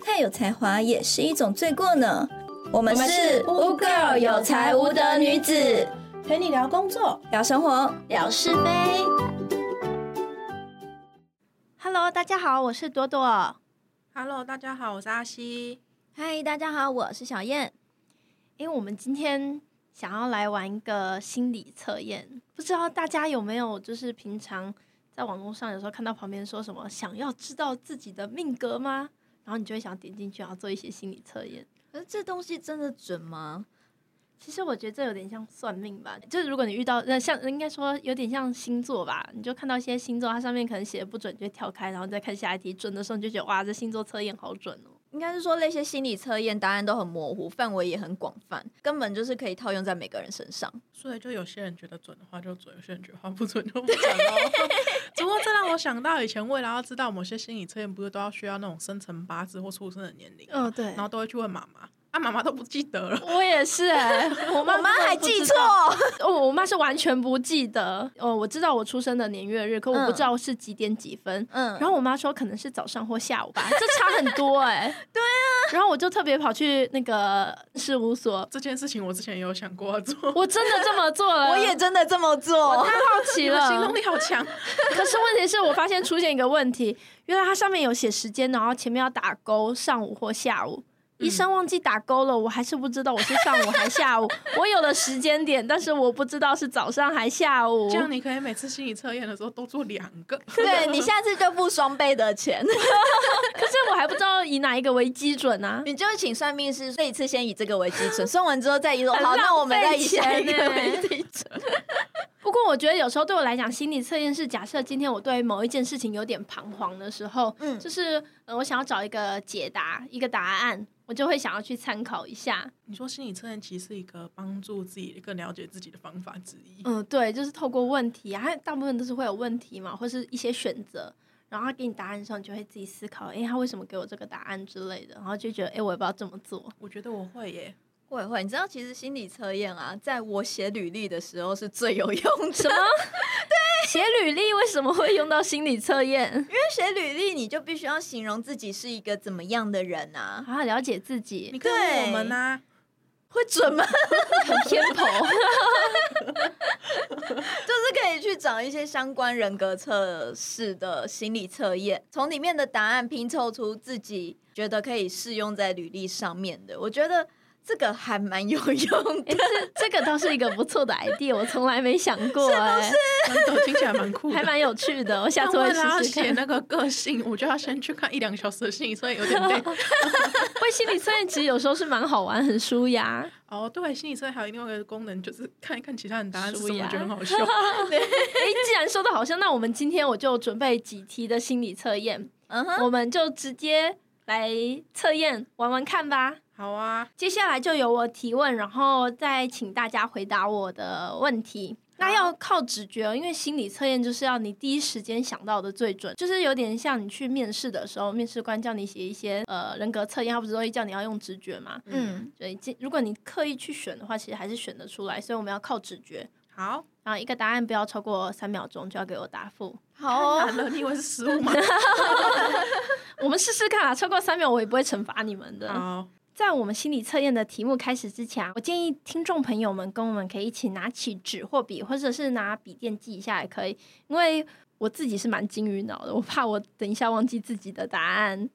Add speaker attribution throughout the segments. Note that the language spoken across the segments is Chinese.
Speaker 1: 再哎有才华也是一种罪过呢。我们是
Speaker 2: 乌 girl 有才无德女子，
Speaker 3: 陪你聊工作，
Speaker 1: 聊生活，
Speaker 2: 聊是非。
Speaker 4: Hello，大家好，我是朵朵。
Speaker 3: Hello，大家好，我是阿西。
Speaker 4: 嗨，大家好，我是小燕。因为我们今天想要来玩一个心理测验，不知道大家有没有就是平常在网络上有时候看到旁边说什么想要知道自己的命格吗？然后你就会想点进去，然后做一些心理测验。
Speaker 5: 可是这东西真的准吗？
Speaker 4: 其实我觉得这有点像算命吧，就是如果你遇到那像应该说有点像星座吧，你就看到一些星座，它上面可能写的不准，你就跳开，然后再看下一题，准的时候你就觉得哇，这星座测验好准哦。
Speaker 5: 应该是说那些心理测验答案都很模糊，范围也很广泛，根本就是可以套用在每个人身上。
Speaker 3: 所以就有些人觉得准的话就准，有些人觉得话不准就不准喽。 只不过这让我想到以前为了要知道某些心理测验，不是都要需要那种生辰八字或出生的年龄，
Speaker 4: 嗯、对
Speaker 3: 然后都会去问妈妈，啊妈妈都不记得了。
Speaker 4: 我也是哎、我妈
Speaker 5: 我妈
Speaker 4: 根本
Speaker 5: 还
Speaker 4: 不
Speaker 5: 记
Speaker 4: 知
Speaker 5: 错，
Speaker 4: 道哦，我妈是完全不记得哦。我知道我出生的年月日，可我不知道是几点几分。
Speaker 5: 嗯，
Speaker 4: 然后我妈说可能是早上或下午吧，这差很多哎、 对啊。然后我就特别跑去那个事务所，
Speaker 3: 这件事情我之前也有想过要做，
Speaker 4: 我真的这么做了，
Speaker 5: 我也真的这么做
Speaker 4: 太。好奇
Speaker 3: 你
Speaker 4: 了
Speaker 3: 们。行动力好 强。
Speaker 4: 可是问题是我发现出现一个问题，原来它上面有写时间，然后前面要打勾，上午或下午。医
Speaker 3: 嗯
Speaker 4: 生忘记打勾了，我还是不知道我是上午还下午。我有了时间点，但是我不知道是早上还下午。
Speaker 3: 这样你可以每次心理测验的时候都做两个。
Speaker 5: 对你下次就付双倍的钱，
Speaker 4: 可是我还不知道以哪一个为基准 啊。
Speaker 5: 你就请算命师这一次先以这个为基准，算完之后再以说
Speaker 4: 很
Speaker 5: 好，
Speaker 4: 浪
Speaker 5: 那我们
Speaker 4: 费
Speaker 5: 再以
Speaker 4: 钱
Speaker 5: 下一个
Speaker 4: 呢
Speaker 5: 为基准。
Speaker 4: 不过我觉得有时候对我来讲，心理测验是假设今天我对某一件事情有点彷徨的时候，
Speaker 5: 嗯
Speaker 4: 就是呃我想要找一个解答、一个答案，我就会想要去参考一下。
Speaker 3: 你说心理测验其实是一个帮助自己更了解自己的方法之一。
Speaker 4: 嗯，对，就是透过问题啊，它大部分都是会有问题嘛，或是一些选择，然后他给你答案的时候，你就会自己思考，诶，他为什么给我这个答案之类的，然后就觉得，诶，我也不知道这么做。
Speaker 3: 我觉得我会耶，
Speaker 5: 会会，你知道其实心理测验啊，在我写履历的时候是最有用 的。
Speaker 4: 写履历为什么会用到心理测验？
Speaker 5: 因为写履历，你就必须要形容自己是一个怎么样的人啊，
Speaker 4: 好好了解自
Speaker 3: 你
Speaker 4: 己，
Speaker 3: 可以问
Speaker 5: 对
Speaker 3: 我们啊呐、
Speaker 5: 会准吗？
Speaker 4: 很偏颇。
Speaker 5: 就是可以去找一些相关人格测试的心理测验，从里面的答案拼凑出自己觉得可以适用在履历上面的。我觉得这个还蛮有用的
Speaker 4: 诶，。这这个倒是一个不错的 idea，我从来没想过、诶，
Speaker 3: 真的听起来蛮 酷的。
Speaker 4: 还蛮有趣的，我下
Speaker 3: 但
Speaker 4: 次会
Speaker 3: 为了要
Speaker 4: 试试
Speaker 3: 写
Speaker 4: 看。
Speaker 3: 那个个性，我就要先去看一两小时的心理测验，有点 累。
Speaker 4: 会心理测验其实有时候是蛮好玩，很舒压。
Speaker 3: 哦，对，心理测验还有另外一个功能，就是看一看其他人答案是什
Speaker 4: 舒
Speaker 3: 么，
Speaker 4: 压
Speaker 3: 我觉得很好笑。
Speaker 4: 诶，既然说的好像，那我们今天我就准备几题的心理测验。
Speaker 5: 嗯哼，
Speaker 4: 我们就直接来测验玩玩看吧。
Speaker 3: 好啊，
Speaker 4: 接下来就由我提问，然后再请大家回答我的问题。那要靠直觉哦，因为心理测验就是要你第一时间想到的最准，就是有点像你去面试的时候，面试官叫你写一些呃人格测验，他不是都会叫你要用直觉嘛？
Speaker 5: 嗯，
Speaker 4: 所以这如果你刻意去选的话，其实还是选得出来。所以我们要靠直觉，
Speaker 3: 好，
Speaker 4: 然后一个答案不要超过三秒钟就要给我答复。
Speaker 5: 好
Speaker 3: 完
Speaker 5: 哦，
Speaker 3: 了，你以为是失误吗？
Speaker 4: 我们试试看啊，超过三秒我也不会惩罚你们的。
Speaker 3: 好，
Speaker 4: 在我们心理测验的题目开始之前啊，我建议听众朋友们跟我们可以一起拿起纸或笔，或者是拿笔电记一下也可以，因为我自己是蛮金鱼脑的，我怕我等一下忘记自己的答案。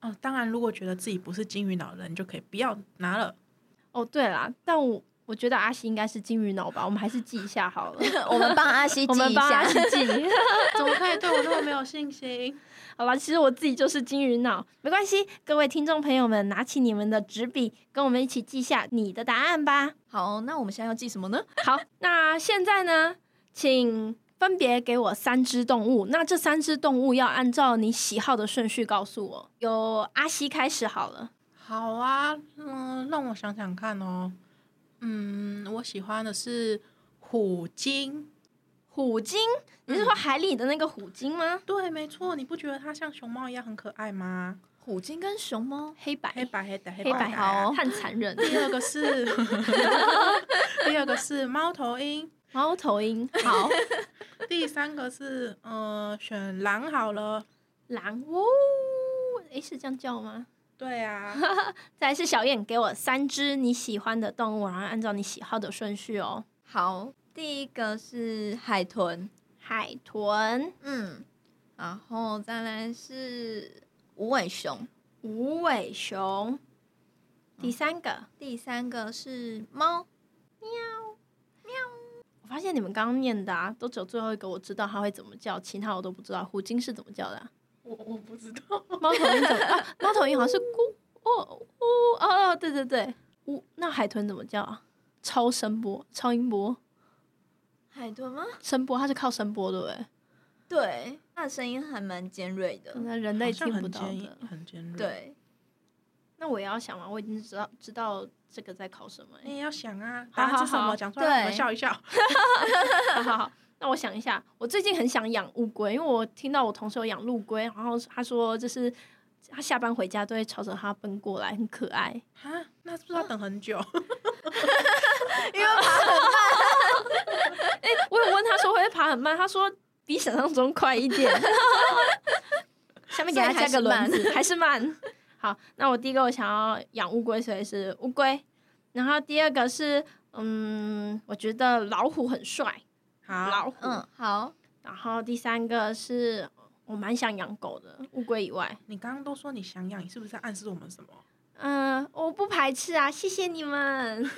Speaker 3: 哦，当然，如果觉得自己不是金鱼脑的人，就可以不要拿了。
Speaker 4: 哦，对啦，但我我觉得阿西应该是金鱼脑吧，我们还是记一下好 了。
Speaker 5: 我们帮阿西
Speaker 4: 我
Speaker 5: 记
Speaker 4: 们
Speaker 5: 一
Speaker 4: 帮阿
Speaker 5: 下
Speaker 4: 西。 记。
Speaker 3: 怎么可以对我那么没有信心？
Speaker 4: 好吧，其实我自己就是金鱼脑，没关系。各位听众朋友们，拿起你们的纸笔，跟我们一起记下你的答案吧。
Speaker 5: 好，那我们现在要记什么呢？
Speaker 4: 好，那现在呢，请分别给我三只动物。那这三只动物要按照你喜好的顺序告诉我。由阿西开始好了。
Speaker 3: 好啊，嗯，让我想想看哦。嗯，我喜欢的是虎鲸。
Speaker 4: 虎鲸，你是说
Speaker 3: 嗯
Speaker 4: 海里的那个虎鲸吗？
Speaker 3: 对，没错，你不觉得它像熊猫一样很可爱吗？
Speaker 5: 虎鲸跟熊猫，
Speaker 4: 黑白，
Speaker 3: 黑白黑白黑
Speaker 4: 黑白，哦
Speaker 3: 白啊
Speaker 5: 好
Speaker 4: 太残忍。
Speaker 3: 第二个是， 第二个是猫头鹰，
Speaker 4: 猫头鹰，好，
Speaker 3: 第三个是呃选狼好了，
Speaker 4: 狼，哦，诶，是这样叫吗？
Speaker 3: 对啊，
Speaker 4: 再来是小燕给我三只你喜欢的动物，然后按照你喜好的顺序哦。
Speaker 5: 好，第一个是海豚，
Speaker 4: 海豚、
Speaker 5: 嗯，然后再来是无尾熊，
Speaker 4: 无尾熊，第三个，
Speaker 5: 第三个是猫。
Speaker 4: 我发现你们刚刚念的啊，都只有最后一个我知道它会怎么叫，其他我都不知道。虎鲸是怎么叫的啊、
Speaker 3: 我我不知道，
Speaker 4: 猫头鹰怎么？啊猫头鹰好像是咕哦呜哦哦，对对对，呜。那海豚怎么叫啊？超声波、超音波、
Speaker 5: 海豚吗？
Speaker 4: 声波，它是靠声波对不对？
Speaker 5: 对，它的声音还蛮尖锐的。
Speaker 4: 那人类
Speaker 3: 好像
Speaker 4: 听不
Speaker 3: 很
Speaker 4: 到
Speaker 3: 尖
Speaker 4: 的。
Speaker 3: 硬，很尖锐。，
Speaker 5: 对，
Speaker 4: 那我也要想嘛，我已经知道知道这个在考什么、欸。
Speaker 3: 你也要想啊，
Speaker 4: 好
Speaker 3: 答案
Speaker 4: 好
Speaker 3: 是什
Speaker 4: 好
Speaker 3: 么？讲出来，我们
Speaker 5: 对
Speaker 3: 笑一 笑。
Speaker 4: 好好好，那我想一下，我最近很想养乌龟，因为我听到我同事有养陆龟，然后他说就是他下班回家都会朝着它奔过来，很可爱。
Speaker 3: 啊，那是不是要等很 久？
Speaker 5: 因为爬
Speaker 4: 哎、我有问他说会不会爬很慢，他说比想象中快一点。 下面给他加个轮子，还是慢。好，那我第一个我想要养乌龟，所以是乌龟。然后第二个是，嗯，我觉得老虎很帅，
Speaker 3: 好，
Speaker 4: 老虎。
Speaker 5: 嗯，好，
Speaker 4: 然后第三个是我蛮想养狗的，乌龟以外，
Speaker 3: 你刚刚都说你想养，你是不是在暗示我们什么？
Speaker 4: 嗯，我不排斥啊，谢谢你 们。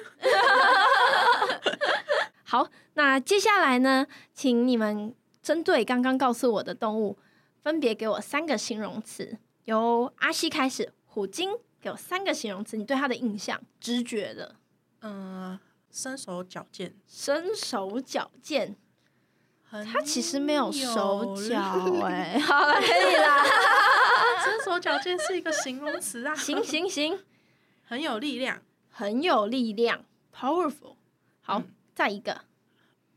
Speaker 4: 好，那接下来呢，请你们针对刚刚告诉我的动物，分别给我三个形容词。由阿西开始，虎鲸给我三个形容词，你对它的印象，直觉的，
Speaker 3: 嗯，身手矫健，
Speaker 4: 身手矫健。
Speaker 3: 很
Speaker 4: 它其实没有手
Speaker 3: 有
Speaker 4: 脚
Speaker 3: 力
Speaker 4: 哎、好了，可以啦。
Speaker 3: 身手矫健是一个形容词 啊，
Speaker 4: 行行行，
Speaker 3: 很有力量，
Speaker 4: 很有力量，powerful。好，
Speaker 3: 嗯
Speaker 4: 再一个，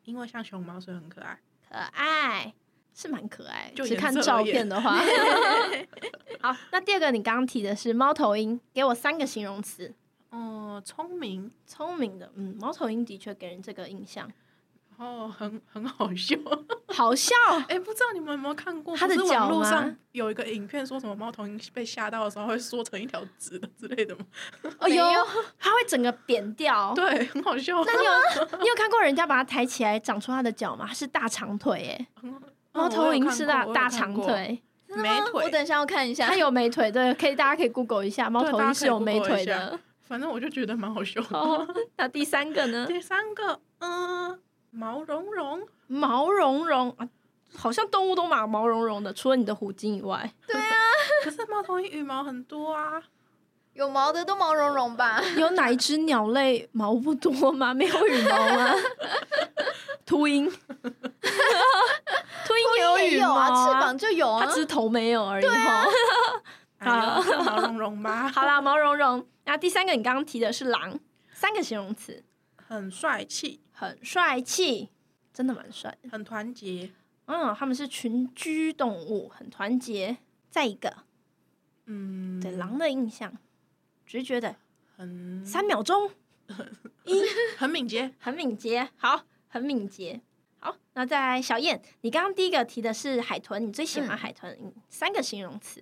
Speaker 3: 因为像熊猫所以很可 爱。
Speaker 4: 可呃爱，是蛮可爱。
Speaker 3: 就
Speaker 4: 只看
Speaker 3: 颜色
Speaker 4: 照
Speaker 3: 而言
Speaker 4: 片 的话，好，那第二个你刚刚提的是猫头鹰，给我三个形容词。
Speaker 3: 嗯，聪明，
Speaker 4: 聪明的，嗯，猫头鹰的确给人这个印象，
Speaker 3: 然后哦很 很好笑。
Speaker 4: 好 笑。
Speaker 3: 哎，不知道你们有没有看过？
Speaker 4: 它的
Speaker 3: 不是网
Speaker 4: 脚
Speaker 3: 络
Speaker 4: 吗
Speaker 3: 上有一个影片，说什么猫头鹰被吓到的时候会缩成一条直的之类的吗？
Speaker 4: 哦
Speaker 5: 没
Speaker 4: 呦
Speaker 5: 有，
Speaker 4: 它会整个扁掉。
Speaker 3: 对，很好笑。
Speaker 4: 哦那你有你有看过人家把它抬起来长出它的脚吗？它是大长腿哎、
Speaker 3: 嗯
Speaker 4: 猫头鹰是大
Speaker 3: 我有看过
Speaker 4: 大长，
Speaker 3: 我有看过
Speaker 4: 腿，
Speaker 5: 真的
Speaker 3: 美
Speaker 5: 吗
Speaker 3: 腿
Speaker 5: 我等一下要看一下。
Speaker 4: 它有美腿，对，可以大家可以 Google 一下，猫头
Speaker 3: 大家
Speaker 4: 鹰是
Speaker 3: 可以
Speaker 4: 有美
Speaker 3: Google
Speaker 4: 腿
Speaker 3: 一下
Speaker 4: 的。
Speaker 3: 反正我就觉得蛮好笑的。
Speaker 4: 哦，那第三个 呢？
Speaker 3: 第三个，嗯、毛茸茸，
Speaker 4: 毛茸茸啊，好像动物都蛮毛茸茸的，除了你的虎鲸以外，
Speaker 3: 可是猫头鹰羽毛很多啊，
Speaker 5: 有毛的都毛茸茸吧？
Speaker 4: 有哪一只鸟类毛不多吗？ 没有羽毛吗？秃鹰， 秃鹰也有
Speaker 5: 也
Speaker 4: 羽
Speaker 5: 有
Speaker 4: 毛
Speaker 5: 啊，翅膀就有啊
Speaker 4: 它只。是头没有而已。吼
Speaker 3: 哎呦、是毛茸茸吧，
Speaker 4: 啊好啦，毛茸茸。那第三个你刚刚提的是狼，三个形容词，
Speaker 3: 很帅气，
Speaker 4: 很帅气，真的蛮帅的。
Speaker 3: 很团结，
Speaker 4: 嗯，他们是群居动物，很团结。再一个，
Speaker 3: 嗯，
Speaker 4: 对狼的印象，直觉的
Speaker 3: 很
Speaker 4: 三秒钟。
Speaker 3: 很敏捷，
Speaker 4: 很敏捷，好，很敏捷。好，那再来小燕，你刚刚第一个提的是海豚，你最喜欢
Speaker 5: 嗯
Speaker 4: 海豚，嗯三个形容词，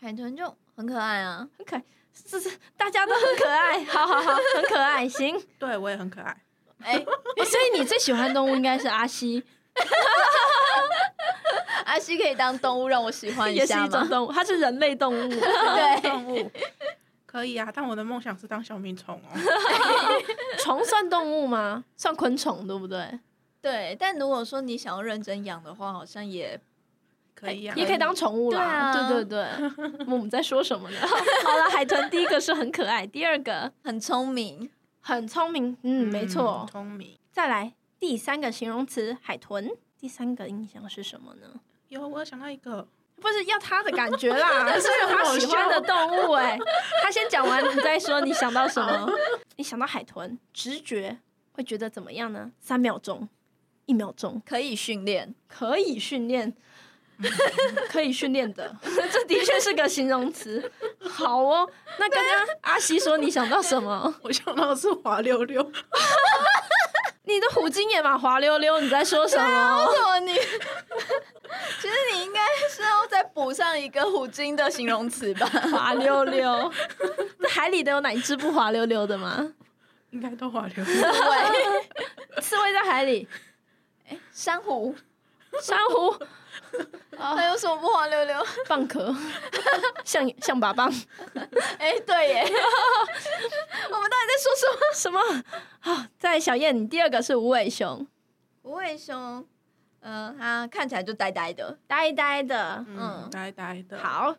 Speaker 5: 海豚就很可爱啊。
Speaker 4: 很可爱，这是大家都很可爱， 好好好，很可爱，行。
Speaker 3: 对我也很可爱，
Speaker 5: 哎，
Speaker 4: 哦所以你最喜欢的动物应该是阿西，
Speaker 5: 阿西可以当动物让我喜欢
Speaker 4: 也是
Speaker 5: 下
Speaker 4: 一种
Speaker 5: 吗？
Speaker 4: 动物，它是人类动物。
Speaker 5: 对，
Speaker 3: 动物可以啊，但我的梦想是当小米虫哦，
Speaker 4: 虫算动物吗？算昆虫对不对？
Speaker 5: 对，但如果说你想要认真养的话，好像也
Speaker 3: 可以啊，
Speaker 4: 也可以当宠物啦。
Speaker 5: 对啊
Speaker 4: 哎对对对，我们在说什么呢？ 好了，海豚第一个是很可爱，第二个
Speaker 5: 很聪明。
Speaker 4: 很聪明，嗯，没错
Speaker 3: 很，聪明，
Speaker 4: 再来第三个形容词海豚，第三个印象是什么呢？
Speaker 3: 有我有想到一个，
Speaker 4: 不是要他的感觉啦，是有他喜欢的动物哎、他先讲完，你再说你想到什么？你想到海豚，直觉会觉得怎么样呢？三秒钟，一秒钟，
Speaker 5: 可以训练，
Speaker 4: 可以训练，可以训练的， 这的确是个形容词。好哦，那刚刚阿西说你想到什 么？
Speaker 3: 我想到的是滑溜溜，
Speaker 4: 哦你的虎鲸也蛮滑溜溜，你在说什么？
Speaker 5: 为什么你 其实你应该是要再补上一个虎鲸的形容词吧？
Speaker 4: 滑溜溜。那 海里的有哪一只不滑溜溜的吗？
Speaker 3: 应该都滑溜。
Speaker 5: 对，
Speaker 4: 刺猬在海里，
Speaker 5: 珊瑚，
Speaker 4: 珊瑚、哦
Speaker 5: 还有什么不滑溜溜？
Speaker 4: 蚌壳、象象拔蚌，
Speaker 5: 哎、对耶， 我们到底在说什么？
Speaker 4: 什么啊？在小燕，你第二个是无尾熊，
Speaker 5: 无尾熊，嗯、它看起来就呆呆的，
Speaker 4: 呆呆的，
Speaker 3: 嗯，呆呆的。，
Speaker 4: 好，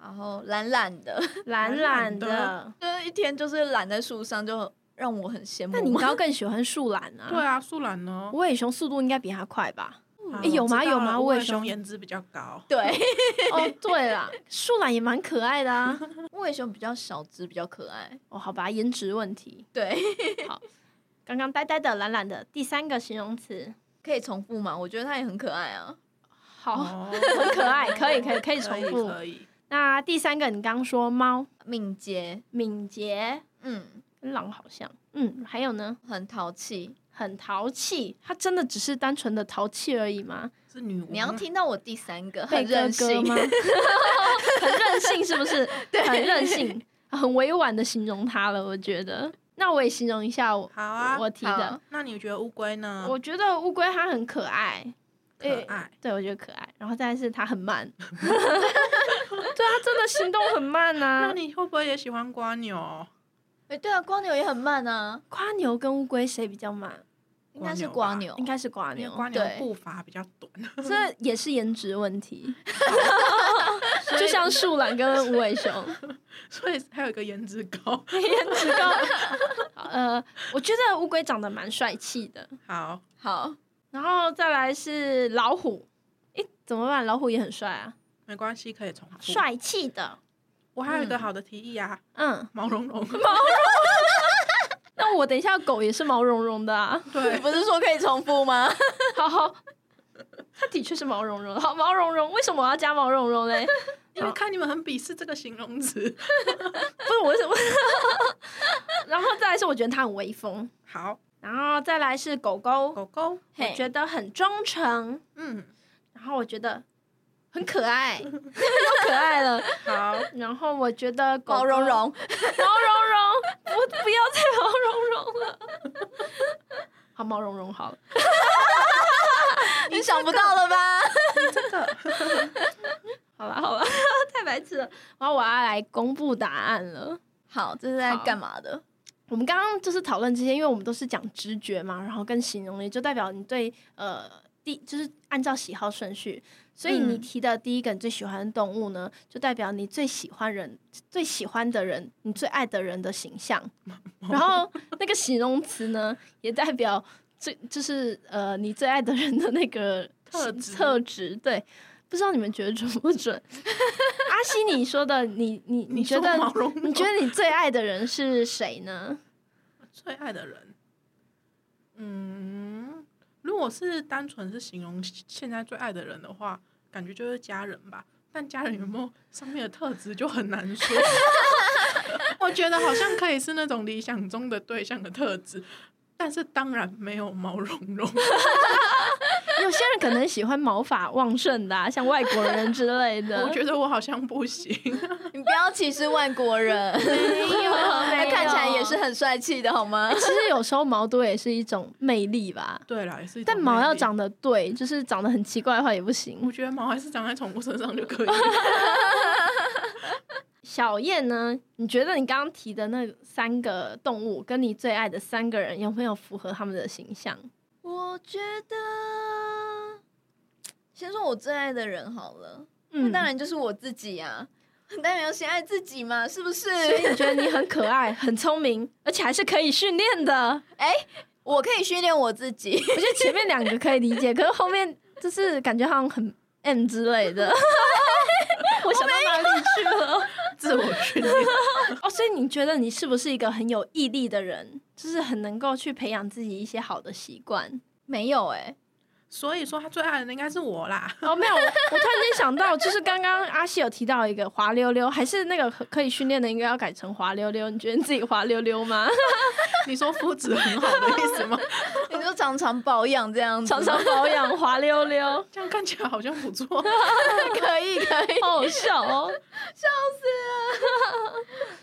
Speaker 5: 然后懒懒的，
Speaker 4: 懒懒
Speaker 3: 懒
Speaker 4: 的
Speaker 3: 的。
Speaker 5: 就是一天就是懒在树上，就让我很羡慕。
Speaker 4: 那你应该更喜欢树懒啊？
Speaker 3: 对，啊，树懒呢？
Speaker 4: 无尾熊速度应该比它快吧？
Speaker 3: 啊
Speaker 4: 哦诶有吗
Speaker 3: 我知道
Speaker 4: 有吗
Speaker 3: 了
Speaker 4: 我
Speaker 3: 无
Speaker 4: 也
Speaker 3: 尾熊
Speaker 4: 想
Speaker 3: 颜值比较高，
Speaker 5: 对，
Speaker 4: 哦，对啦，树懒也蛮可爱的啊。
Speaker 5: 无尾熊比较小只，比较可爱。
Speaker 4: 哦，好吧，颜值问题。
Speaker 5: 对，
Speaker 4: 刚刚呆呆的、懒懒的，第三个形容词，
Speaker 5: 可以重复吗？我觉得它也很可爱啊。
Speaker 4: 好，
Speaker 3: 哦，
Speaker 4: 很可爱， 可以，可以，可以
Speaker 3: 可
Speaker 4: 重
Speaker 3: 以
Speaker 4: 复。
Speaker 3: 可以。
Speaker 4: 那第三个，你刚刚说猫
Speaker 5: 敏捷，
Speaker 4: 敏捷，
Speaker 5: 嗯，
Speaker 4: 跟狼好像。嗯，还有呢，
Speaker 5: 很淘气。
Speaker 4: 很淘气。它真的只是单纯的淘气而已吗？
Speaker 3: 是女巫吗，
Speaker 5: 你要听到我第三个，
Speaker 4: 被
Speaker 5: 很
Speaker 4: 哥
Speaker 5: 任
Speaker 4: 哥
Speaker 5: 性
Speaker 4: 吗？很任性是不是？很任性，很委婉的形容它了，我觉得。那我也形容一下我
Speaker 3: 好啊。
Speaker 4: 我提的
Speaker 5: 好，
Speaker 3: 那你觉得乌龟呢？
Speaker 4: 我呃觉得乌龟它很可爱，
Speaker 5: 哎
Speaker 3: 可
Speaker 4: 诶
Speaker 3: 爱，
Speaker 4: 对我觉得可爱。然后再来是它很慢， 对啊它真的行动很慢啊
Speaker 3: 那
Speaker 4: 呐、
Speaker 3: 你会不会也喜欢瓜牛？
Speaker 5: 哎、对啊，瓜牛也很慢啊，
Speaker 4: 瓜牛跟乌龟谁比较慢？
Speaker 5: 应该是
Speaker 3: 瓜
Speaker 5: 瓜
Speaker 3: 牛
Speaker 5: 牛，
Speaker 4: 应该是瓜
Speaker 3: 因为
Speaker 4: 牛，
Speaker 3: 瓜牛
Speaker 5: 对
Speaker 3: 步伐比较短，
Speaker 4: 这也是颜值问题，就像树懒跟无尾熊
Speaker 3: 所以还有一个颜值高。
Speaker 4: 颜值高。呃，我觉得乌龟长得蛮帅气的，
Speaker 3: 好，
Speaker 5: 好，
Speaker 4: 然后再来是老虎，诶，怎么办？老虎也很帅啊，
Speaker 3: 没关系，可以重复。，
Speaker 4: 帅气的。
Speaker 3: 我还有一个好的提议啊，
Speaker 4: 嗯，
Speaker 3: 毛茸 茸。
Speaker 4: 那我等一下狗也是毛茸茸的啊，
Speaker 5: 你不是说可以重复吗？
Speaker 4: 好好，它的确是毛茸茸的，好毛茸茸，为什么我要加毛茸茸嘞？
Speaker 3: 因为看你们很鄙视这个形容词。
Speaker 4: 不是我是 我，然后再来是我觉得它很威风，
Speaker 3: 好，
Speaker 4: 然后再来是狗狗，
Speaker 3: 狗狗，
Speaker 4: 我觉得很忠诚，
Speaker 3: 嗯，
Speaker 4: 然后我觉得很可爱，又可爱了，
Speaker 3: 好，
Speaker 4: 然后我觉得狗狗
Speaker 5: 毛茸茸，
Speaker 4: 毛茸茸，不不要再毛茸茸了。好，毛茸茸好了。
Speaker 5: 你想不到了吧？
Speaker 3: 这个
Speaker 4: 好了好了， 太白痴了。然后我要来公布答案了。
Speaker 5: 好，这是在干嘛的？
Speaker 4: 我们刚刚就是讨论这些，因为我们都是讲直觉嘛，然后跟形容力，就代表你对呃第就是按照喜好顺序。所以你
Speaker 5: 嗯
Speaker 4: 提的第一个你最喜欢的动物呢，就代表你最喜欢人、最喜欢的人、你最爱的人的 形象。然后那个形容词呢，也代表最就是呃你最爱的人的那个
Speaker 3: 特
Speaker 4: 形
Speaker 3: 质
Speaker 4: 特质。对，不知道你们觉得准不准？阿西，你说的，你你你觉
Speaker 3: 说
Speaker 4: 得
Speaker 3: 毛茸茸，
Speaker 4: 你觉得你最爱的人是谁呢？
Speaker 3: 最爱的人，嗯，如果是单纯是形容现在最爱的人的话，感觉就是家人吧。但家人有没有上面的特质就很难 说。我觉得好像可以是那种理想中的对象的特质，但是当然没有毛茸茸。
Speaker 4: 有些人可能喜欢毛发旺盛的、啊，像外国人之类的。
Speaker 3: 我觉得我好像不行。
Speaker 5: 你不要歧视外国人，
Speaker 4: 没 有，
Speaker 5: 他
Speaker 4: 没
Speaker 5: 看起来也
Speaker 4: 有
Speaker 5: 是。很帅气的，好吗？
Speaker 4: 其实有时候毛多也是一种魅力吧，
Speaker 3: 对啦，也是。
Speaker 4: 但毛要，长得对，就是长得很奇怪的话也不行
Speaker 3: 我。觉得毛还是长在宠物身上就可以。
Speaker 4: 小燕呢？你觉得你刚刚提的那三个动物，跟你最爱的三个人有没有符合他们的形象？
Speaker 5: 我觉得，先说我最爱的人好了，那
Speaker 4: 嗯
Speaker 5: 当。然就是我自己啊， 当然要先爱自己嘛，是不是？
Speaker 4: 所以你觉得你很可爱、很聪明，而且还是可以训 练的。
Speaker 5: 我可以训练我自己，
Speaker 4: 我觉得前面两个可以理解，可是后面就是感觉好像很 M 之类的。 我想到哪里去了？
Speaker 3: 自我训练，
Speaker 4: 哦，所以你觉得你是不是一个很有毅力的人？就是很能够去培养自己一些好的习惯？
Speaker 5: 没有哎、
Speaker 3: 所以说他最爱的人应该是我啦。
Speaker 4: 哦，没有，我我突然间想到，就是刚刚阿西有提到一个滑溜溜，还是那个可可以训练的，应该要改成滑溜溜。你觉得你自己滑溜溜吗？
Speaker 3: 你说肤质很好的意思吗？
Speaker 5: 你就常常保养这样子，
Speaker 4: 常常保养滑溜溜，
Speaker 3: 这样看起来好像不错。
Speaker 5: 可以可以。
Speaker 4: 好好笑哦。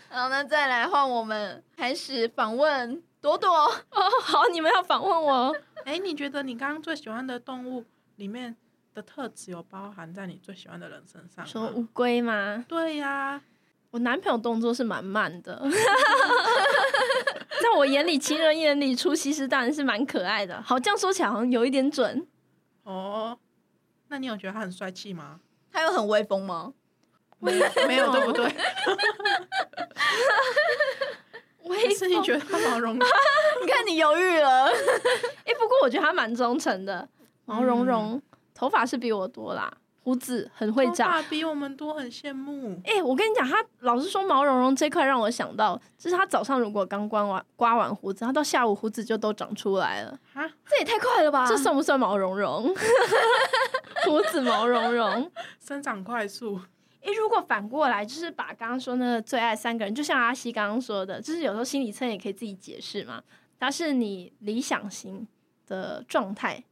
Speaker 5: 好，那再来换我们开始访问朵朵。
Speaker 4: 哦，好，你们要访问我，哦
Speaker 3: 哎，你觉得你刚刚最喜欢的动物里面的特质有包含在你最喜欢的人身上
Speaker 4: 说乌
Speaker 3: 吗？
Speaker 4: 龟吗？
Speaker 3: 对呀、
Speaker 4: 我男朋友动作是蛮慢的， 在我眼里，情人眼里出西施当然是蛮可爱的。好，这样说起来好像有一点准。
Speaker 3: 哦，那你有觉得他很帅气吗？
Speaker 5: 他有很威风吗？
Speaker 3: 没有没有，对不对？
Speaker 4: 我
Speaker 3: 还 是你觉得他毛茸茸？
Speaker 5: 你看你犹豫 了，
Speaker 4: 哎、不过我觉得他蛮忠诚的，毛茸茸，头发是比我多啦，胡子很会长
Speaker 3: 头。发比我们多，很羡慕。
Speaker 4: 哎、我跟你讲，他老实说，毛茸茸这块让我想到，就是他早上如果刚刮完刮完胡子，他到下午胡子就都长出来了，
Speaker 3: 哈，
Speaker 5: 这也太快了吧！
Speaker 4: 这算不算毛茸茸？ 胡子毛茸茸。
Speaker 3: 生长快速，
Speaker 4: 哎、如果反过来，就是把刚刚说那个最爱三个人，就像阿西刚刚说的，就是有时候心理测验也可以自己解释嘛，它是你理想型的状态。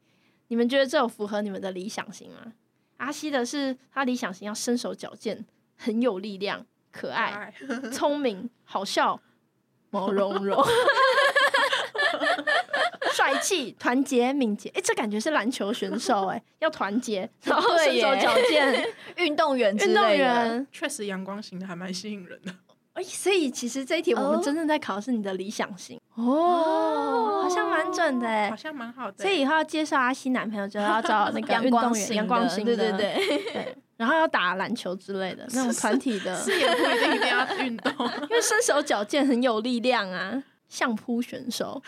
Speaker 4: 你们觉得这有符合你们的理想型吗？阿西的是他理想型要身手矫健，很有力量，可
Speaker 5: 啊
Speaker 4: 爱、
Speaker 3: 哎，
Speaker 4: 聪明、好笑、毛茸茸、 帅气、团结、敏捷。哎、这感觉是篮球选手哎、要团结，然后身
Speaker 5: 对耶
Speaker 4: 手矫 健，
Speaker 5: 运动员之
Speaker 4: 运动
Speaker 5: 类的
Speaker 4: 员。
Speaker 3: 确实阳光型的还蛮吸引人的。
Speaker 4: 哎，所以其实这一题我们
Speaker 5: 哦
Speaker 4: 真正在考的是你的理想型哦，好像蛮准的哎
Speaker 3: 好。像蛮好的欸。
Speaker 4: 所以以后要介绍阿西男朋友，就要找那个
Speaker 5: 阳
Speaker 4: 运
Speaker 5: 光
Speaker 4: 动
Speaker 5: 型
Speaker 4: 员、
Speaker 5: 的，
Speaker 4: 阳光型的，
Speaker 5: 对对对，
Speaker 4: 对然后要打篮球之类的那种团体的，
Speaker 3: 是也不一定一定 要运动，
Speaker 4: 因为身手矫健很有力量啊，相扑选手。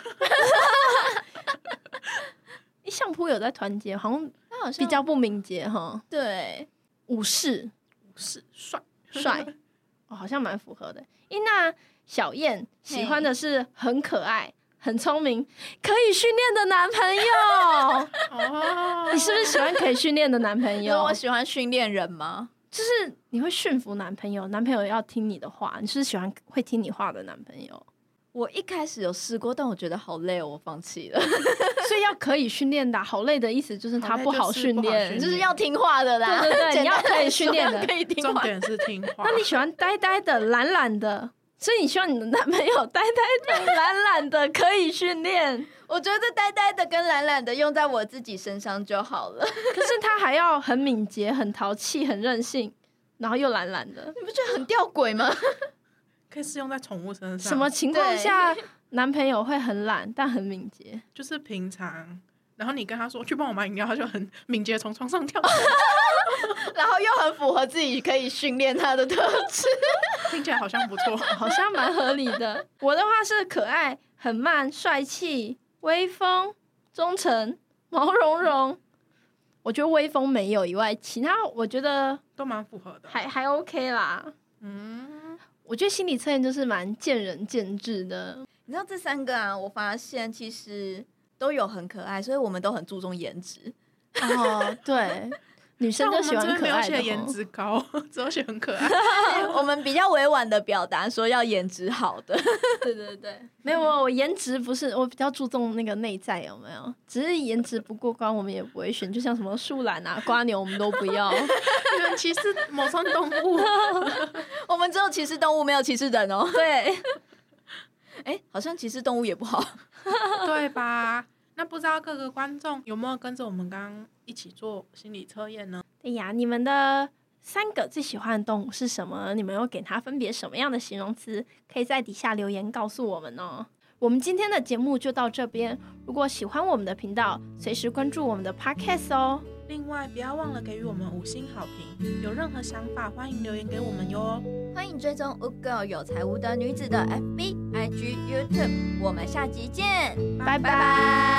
Speaker 4: 诶相扑有在团结，好像
Speaker 5: 他好像
Speaker 4: 比较不敏捷哈。
Speaker 5: 对，
Speaker 4: 武士
Speaker 3: 是帅
Speaker 4: 帅，哦，好像蛮符合的。诶，那小燕喜欢的是很可爱、很聪明、可以训练的男朋友。
Speaker 3: 哦。
Speaker 4: 你是不是喜欢可以训练的男朋
Speaker 5: 因为
Speaker 4: 友
Speaker 5: 我？喜欢训练人吗？
Speaker 4: 就是你会驯服男朋友，男朋友要听你的话。你是不是喜欢会听你话的男朋友？
Speaker 5: 我一开始有试过，但我觉得好累哦，我放弃了。
Speaker 4: 所以要可以训练的啊，好累的意思就是
Speaker 3: 好
Speaker 4: 他
Speaker 3: 累
Speaker 4: 不
Speaker 3: 就
Speaker 4: 好
Speaker 3: 是
Speaker 4: 训
Speaker 3: 不好
Speaker 4: 练
Speaker 3: 训。
Speaker 5: 就是要听话的啦，
Speaker 4: 嗯对对 对
Speaker 5: 简单
Speaker 4: 你要可以训练的
Speaker 5: 来说可以听
Speaker 3: 重
Speaker 5: 话。
Speaker 3: 点是听话
Speaker 4: 那。你喜欢呆呆的、懒懒的，所以你希望你的男朋友呆呆的、 懒懒的，可以训练，
Speaker 5: 我觉得呆呆的跟懒懒的用在我自己身上就好了，
Speaker 4: 可是他还要很敏捷、很淘气、很任性，然后又懒懒的。
Speaker 5: 你不觉得很吊诡吗？
Speaker 3: 可以适用在宠物身上，
Speaker 4: 什么情况
Speaker 5: 对
Speaker 4: 下男朋友会很懒但很敏捷？
Speaker 3: 就是平常。然后你跟他说去帮我买饮料，他就很敏捷地从床上跳起来，
Speaker 5: 然后又很符合自己可以训练他的特质。
Speaker 3: 听起来好像不错。
Speaker 4: 好像蛮合理的。我的话是可爱、很慢、帅气、威风、忠诚、毛茸茸。我觉得威风没有以外，其他我觉得
Speaker 3: 都蛮符合的。
Speaker 4: 还还 OK 啦。
Speaker 3: 嗯，
Speaker 4: 我觉得心理测验就是蛮见仁见智的。
Speaker 5: 你知道这三个啊，我发现其实都有很可爱，所以我们都很注重颜值。
Speaker 4: 哦，对，女生
Speaker 3: 但我
Speaker 4: 都
Speaker 3: 们
Speaker 4: 喜
Speaker 3: 这边
Speaker 4: 欢可
Speaker 3: 没有
Speaker 4: 爱的
Speaker 3: 写
Speaker 4: 哦吼。
Speaker 3: 颜值高， 只有写很可爱。
Speaker 5: 我们比较委婉的表达说要颜值好的，
Speaker 4: 对对对，没有我颜值不是，我比较注重那个内在有没有。只是颜值不过关，我们也不会选，就像什么树懒啊、瓜牛，我们都不要。
Speaker 3: 你们歧视某种动物，
Speaker 5: 我们只有歧视动物，没有歧视人 哦。
Speaker 4: 对，
Speaker 5: 哎，好像歧视动物也不好。
Speaker 3: 对吧？那不知道各个观众有没有跟着我们刚刚一起做心理测验呢？
Speaker 4: 对呀，你们的三个最喜欢的动物是什么？你们又给它分别什么样的形容词？可以在底下留言告诉我们哦。我们今天的节目就到这边。如果喜欢我们的频道，随时关注我们的 Podcast 哦。
Speaker 3: 另外，不要忘了给予我们五星好评。有任何想法，欢迎留言给我们哟。
Speaker 5: 欢迎追踪 Good Girl 有才无德女子的 FB、IG、YouTube，我们下集见，
Speaker 4: 拜拜
Speaker 5: 拜。